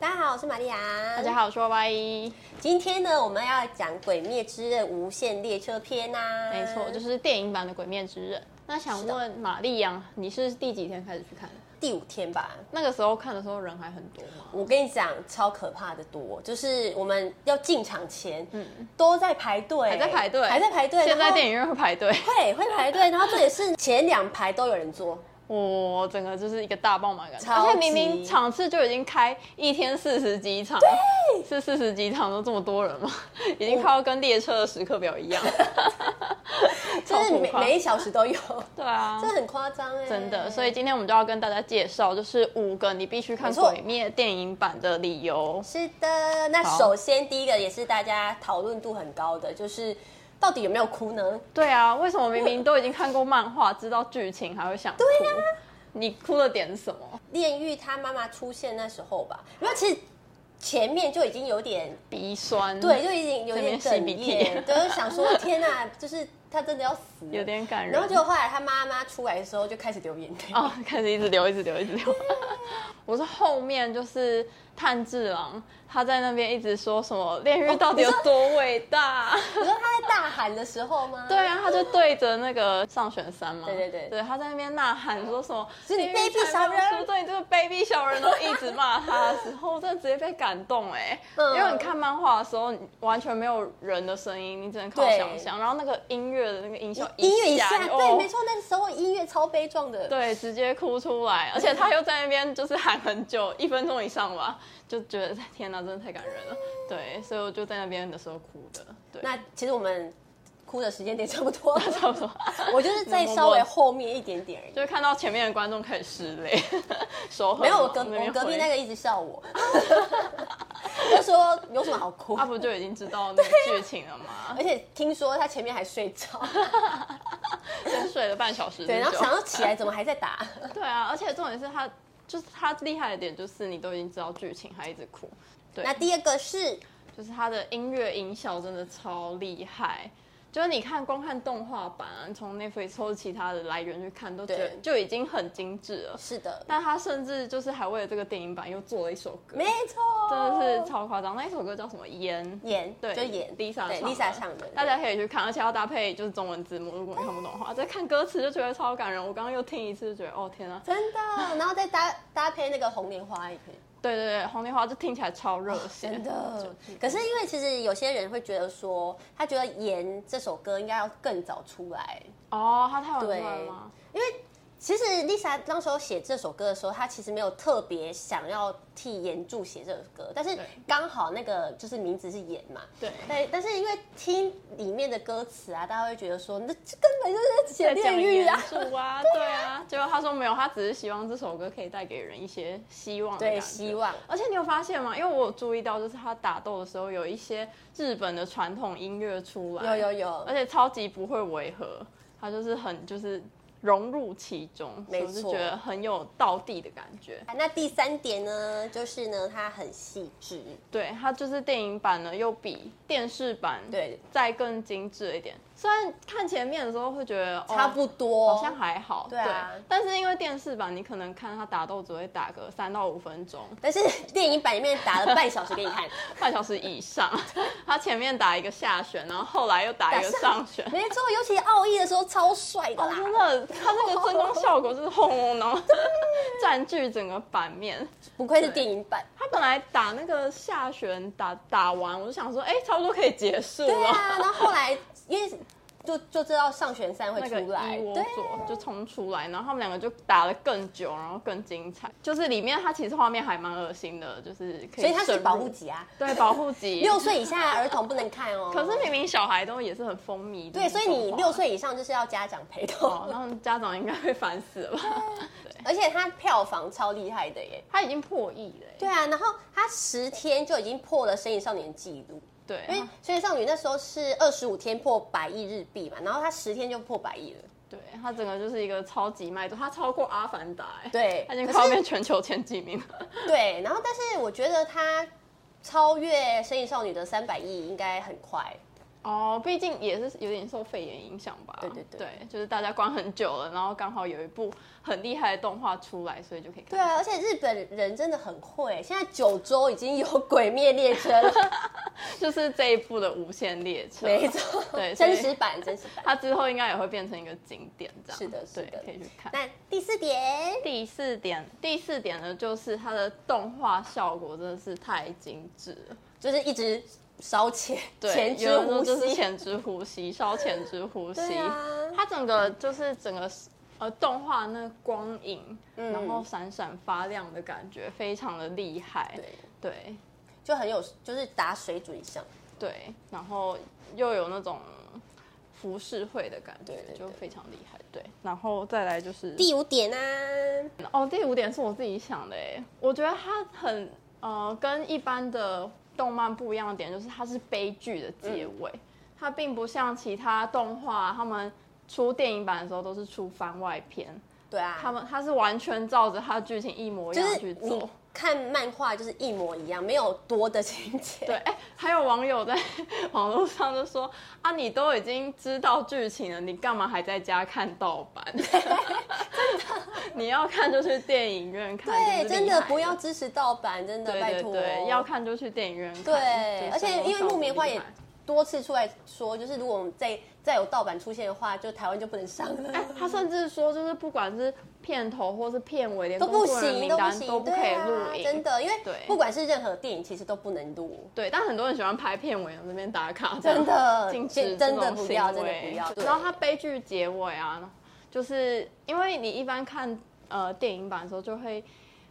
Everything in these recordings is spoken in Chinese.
大家好，我是玛丽亚。大家好，我是 Y。今天呢，我们要讲《鬼灭之刃：无限列车篇》啊呐。没错，就是电影版的《鬼灭之刃》。那想问玛丽杨，你是第几天开始去看的？第五天吧。那个时候看的时候人还很多吗？我跟你讲，超可怕的多，就是我们要进场前，嗯，都在排队，还在排队，还在排队。现在电影影院会排队，会会排队，然后这也是前两排都有人 坐。我整个就是一个大爆满感觉，超级而且明明场次就已经开一天四十几场，是四十几场都这么多人吗？ 已经快要跟列车的时刻 表一样，就超是浮每夸每一小时都 有，对啊这。很夸张哎，真的，所以今天我们就要跟大家介绍，就是五个你必须看没《错鬼灭》电影版的理由。是的。那好首先第一个也是大家讨论度很高的，就是到底有没有哭呢？对啊，为什么明明都已经看过漫画，知道剧情，还会想哭？你哭的点是什么？炼狱他妈妈出现那时候吧，因为其实前面就已经有点鼻酸，对，，就已经有这点边哽擤鼻咽，涕对， 就想说天哪、就是他真的要死了，有点感人。然后结果后来他妈妈出来的时候就开始流眼泪，哦，开始一直流，一直流，一直 流。我是后面就是炭治郎，他在那边一直说什么炼哦狱到底有多伟大？你说他在大喊的时候吗？对，啊，他就对着那个上选三嘛，对对对对，他在那边呐喊说什么“是你炼狱 baby 才小不人输对你这个 baby 小人”，然后一直骂他的时候，我真的直接被感动哎、嗯因为你看漫画的时候，你完全没有人的声音，你只能靠对想象，然后那个音乐的那个音效，音乐一下，下，对，哦没错，那时候音乐超悲壮的，对，直接哭出来，而且他又在那边就是喊很久，一分钟以上吧，就觉得天哪，真的太感人了。对，所以我就在那边的时候哭的。对， 那其实我们哭的时间点差不多，差不多，我就是在稍微后面一点点而就已。是看到前面的观众开始湿泪， 手很没有，我隔忙我隔壁边那个挥一直笑我， 就说有什么好哭啊，？不就已经知 道那个剧情了吗？而且听说他前面还睡 着，先睡了半小时之久。对，然后想要起来怎么还在打？对啊，而且重点是他，就是他厉害的点就是你都已经知道剧情，还一直哭。对那第二个是就是它的音乐音效真的超厉害。就是你看，光看动画版、啊，你从 Netflix 抽其他的来源去看，都觉得对就已经很精致了。是的，但他甚至就是还为了这个电影版又做了一首歌，没错，真的是超夸张。那一首歌叫什么？烟，演对，就演 Lisa 对唱 Lisa 唱的，大家可以去看，而且要搭配就是中文字幕。如果你看不懂的话，再看歌词就觉得超感人。我刚刚又听一次，就觉得哦天啊，真的，然后再搭搭配那个红莲花也可以，对对对，红莲花就听起来超热血，真的。可是因为其实有些人会觉得说，他觉得演这首歌应该要更早出来，哦，他太晚出对来了吗？因为其实 Lisa 当时候写这首歌的时候，她其实没有特别想要替岩柱写这首歌，但是对刚好那个就是名字是岩嘛。对，对，但是因为听里面的歌词啊，大家会觉得说，那这根本就是在写炼狱啊！树 啊，对啊。结果他说没有，他只是希望这首歌可以带给人一些希望的对，感觉。希望而且你有发现吗？因为我有注意到，就是他打斗的时候有一些日本的传统音乐出来，有有有而，且超级不会违和，他就是很就是融入其中，没错所以我就觉得很有道地的感觉。啊那第三点呢，就是呢，它很细致，对，它就是电影版呢，又比电视版对再更精致一点。虽然看前面的时候会觉得哦差不多，好像还好，对啊但是因为电视版，你可能看他打斗只会打个三到五分钟，但是电影版里面打了半小时给你 看，半小时以上。 他前面打一个下旋，然后后来又打一个上旋。没错，尤其奥义的时候超帅的哦，啦，真的，他那个声光效果就是轰轰 隆，占据整个版面。不愧是电影版。他本来打那个下旋打打完，我就想说，哎、差不多可以结束对了。啊，然后后来因为就就知道上弦三会啊那个出来，一窝对，啊座就冲出来，然后他们两个就打得更久，然后更精彩。就是里面它其实画面还蛮恶心的，就是可以所以它深是入保护级啊，对，保护级。六岁以下儿童不能看哦。可是明明小孩都也是很风靡的对，那种所话。以你六岁以上就是要家长陪哦，同，那家长应该会烦死了吧？对，而且它票房超厉害的耶。 他已经破亿了耶。对啊，然后它十天就已经破了《神隐少女》的记录。对，因为《仙女少女》那时候是二十五天破百亿日币嘛，然后她十天就破百亿了。对他整个就是一个超级卖座，他超过《阿凡达》哎，对他已经可快要是变全球前几名了。对，然后但是我觉得她超越《神隐少女》的三百亿应该很快， 哦，毕竟也是有点受肺炎影响吧。对对对就是大家关很久了，然后刚好有一部很厉害的动画出来，所以就可以看。对啊，而且日本人真的很会，现在九州已经有《鬼灭列车》 了，就是这一部的《无限列车》。没错，对所以真实版，真实版。它之后应该也会变成一个景点，这样是的是的对，可以去看。那第四点，第四点，第四点呢，就是它的动画效果真的是太精致了，就是一直烧钱，对，前有之人无说就是息。前之呼吸，烧前之呼吸，对啊它整个就是整个呃动画那个光影，嗯然后闪闪发亮的感觉，非常的厉害，对，对就很有，就是打水准以上。对，然后又有那种浮世绘的感觉，对对对就非常厉害，对，然后再来就是第五点啊，哦，第五点是我自己想的诶，我觉得它很呃，跟一般的动漫不一样的点就是它是悲剧的结嗯尾，它并不像其他动画他们出电影版的时候都是出番外篇，对啊，他们它是完全照着它的剧情一模一就样是去做。你看漫画就是一模一样，没有多的情节。对，哎、还有网友在 网络上就说啊，你都已经知道剧情了，你干嘛还在家看盗版？ 真的，你要看就去电影院看，对，就是真厉的害不要支持盗版，真的对拜对托。哦对，要看就去电影院看。对，就而是且因为少木棉花厉也害多次出来说，就是如果我们再再有盗版出现的话，就台湾就不能上哎了。他甚至说，就是不管是片头或是片尾，连都不工作人员行，名不单行，都不可以对啊录影。真的，因为对不管是任何电影，其实都不能录，对，但很多人喜欢拍片尾那边打卡，真的禁止真这真的种不行要真的为不要对然后它悲剧结尾啊，就是因为你一般看呃电影版的时候，就会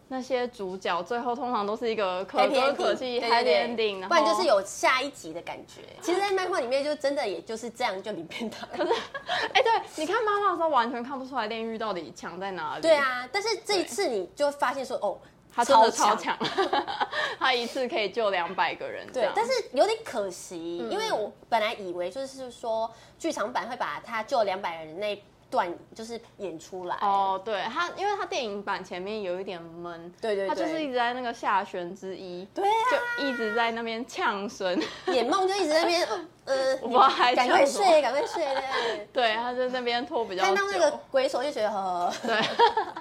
那些主角最后通常都是一个可 Happy ending，歌可泣对 happy 对对 ending，然不然就是后有下一集的感觉。其实，在漫画里面就真的也就是这样，就里面打。哎，对，你看漫画的时候完全看不出来炼狱到底强在哪里。对啊，但是这一次你就发现说，哦，他真的超强， 他一次可以救两百个人这对样。，嗯但是有点可惜，因为我本来以为就是说剧场版会把他救两百人那一段就是演出来，哦，对他，因为他电影版前面有一点闷，对对对他就是一直在那个下旋之一，对啊，就一直在那边呛声， 演梦就一直在那边呃，我还赶快讲什么睡，赶快睡， 对。对，他在那边拖比较久。看到那个鬼手就觉得，呵呵对，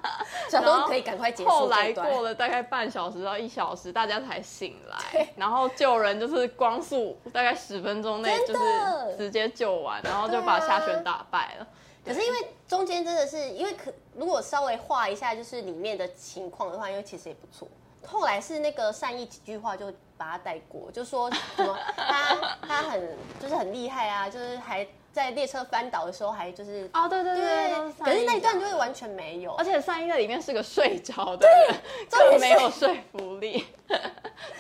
想然说后可以赶快结后束这来一段。过了大概半小时到一小时，大家才醒来，然后救人就是光速大概十分钟内真就的是直接救完，然后就把对啊下旋打败了。可是因为中间真的是因为可如果稍微画一下就是里面的情况的话，因为其实也不错。后来是那个善意几句话就把他带过，就说什么他他很就是很厉害啊，就是还在列车翻倒的时候还就是哦，对对都可是那一上段就会完全没有而。且善一在里面是个睡着的人，重点是 更没有说服力。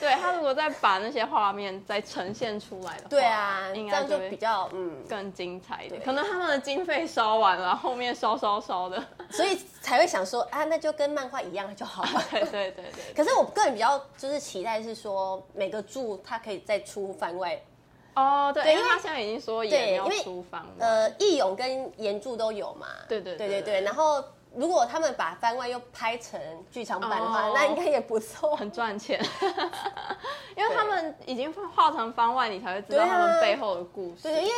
对他如果再把那些画面再呈现出来的话，对啊，这应该样就会比较嗯，更精彩一点。对可能他们的经费烧完了，后面烧烧烧的。 所以才会想说啊，那就跟漫画一样就好了。 对对对对，可是我个人比较就是期待是说每个柱它可以再出番外哦对，对因为因为他现在已经说演对要因为出番了。呃，义勇跟岩柱都有嘛？对对对对对对对。然后，如果他们把番外又拍成剧场版的话，哦那应该也不错。很赚钱， 因为他们已经画成番外，你才会知道对他啊们背后的故事。对对，因为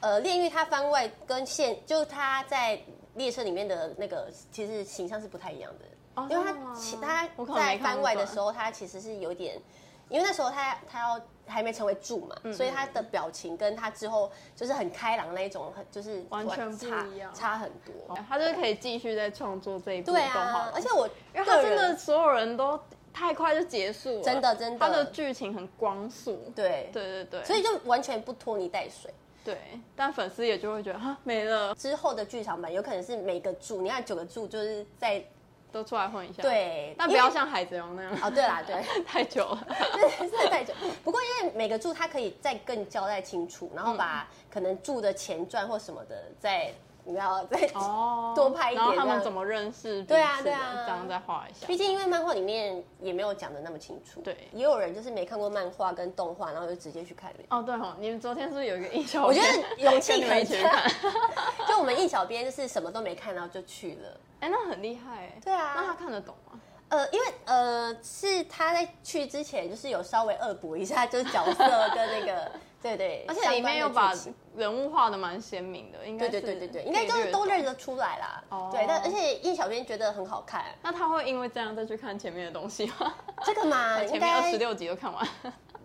呃，炼狱它番外跟现就是它在列车里面的那个其实形象是不太一样的，哦因为真的吗它其它我可能没在看番外过的时候，它其实是有点。因为那时候他他要还没成为柱嘛，嗯所以他的表情跟他之后就是很开朗那一种，很就是完全不差一样差很多。哦他就是可以继续再创作这一部动对画啊了，。而且我因为他个真人的所有人都太快就结束了，真的真的他的剧情很光速，对对对对，所以就完全不拖泥带水。对，但粉丝也就会觉得哈没了，之后的剧场版有可能是每个柱，你看九个柱就是在都出来混一下，，对，啊但不因为要像海贼王那样，哦，对啦，对， 太久了，真的是太久。不过因为每个柱它可以再更交代清楚，然后嗯把可能柱的前传或什么的再，你知道再，哦多拍一点然后他这们样怎么认识彼此的，对啊对啊这样再画一下毕，竟因为漫画里面也没有讲的那么清楚，对也有人就是没看过漫画跟动画，然后就直接去看了。哦对哦，你们昨天是不是有一个印象？我觉 得勇跟气你可们一起去看嘉，，就我们应小编就是什么都没看，然后就去了。哎，那很厉害，对啊那他看得懂吗？呃，因为呃是他在去之前就是有稍微恶补一下，就是角色跟那个 对对，而且相里关面的又把剧情人物画的蛮鲜明的，应该对是对对对对，应该就是都认。得出来啦。哦对，但而且叶小编觉得很好看，那他会因为这样再去看前面的东西 吗？这个 嘛呃应前面二该十六集都看完，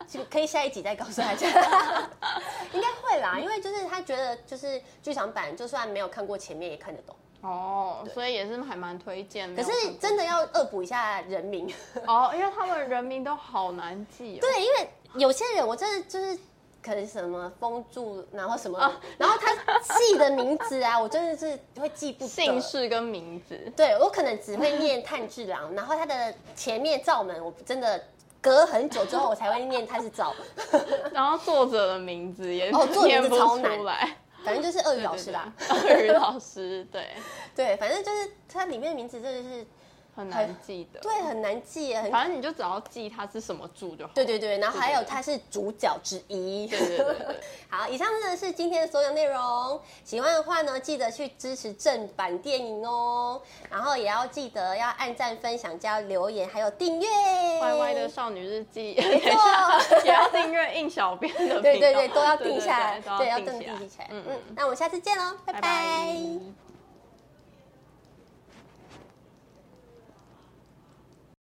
就可以下一集再告诉大 家，应该会啦，因为就是他觉得就是剧场版就算没有看过前面也看得懂，哦，所以也是还蛮推荐的。可是真的要恶补一下人名。哦，因为他们人名都好难记哦。对，因为有些人我真的就是可能什么封住，然后什么，然后他记的名字啊，我真的是会记不得。姓氏跟名字，对我可能只会念炭治郎，然后他的前面灶门，我真的隔很久之后我才会念他是灶，然后作者的名字也哦作者名念字不超出难来。反正就是鳄鱼老师啦。对， 对对鳄鱼老师，对，对，反正就是它里面的名字真的是很难记的。对很难记耶，很反正你就只要记它是什么柱就好。对对对，然后还有他是主角之一。对对对对，好，以上呢是今天的所有内容。喜欢的话呢，记得去支持正版电影哦，然后也要记得要按赞、分享、加留言，还有订阅。歪歪的少女日记，没也错，要订阅应小编的频道，对对对，都要定下来，对对，要定定下来定起来。嗯嗯嗯，那我们下次见喽，拜拜拜拜。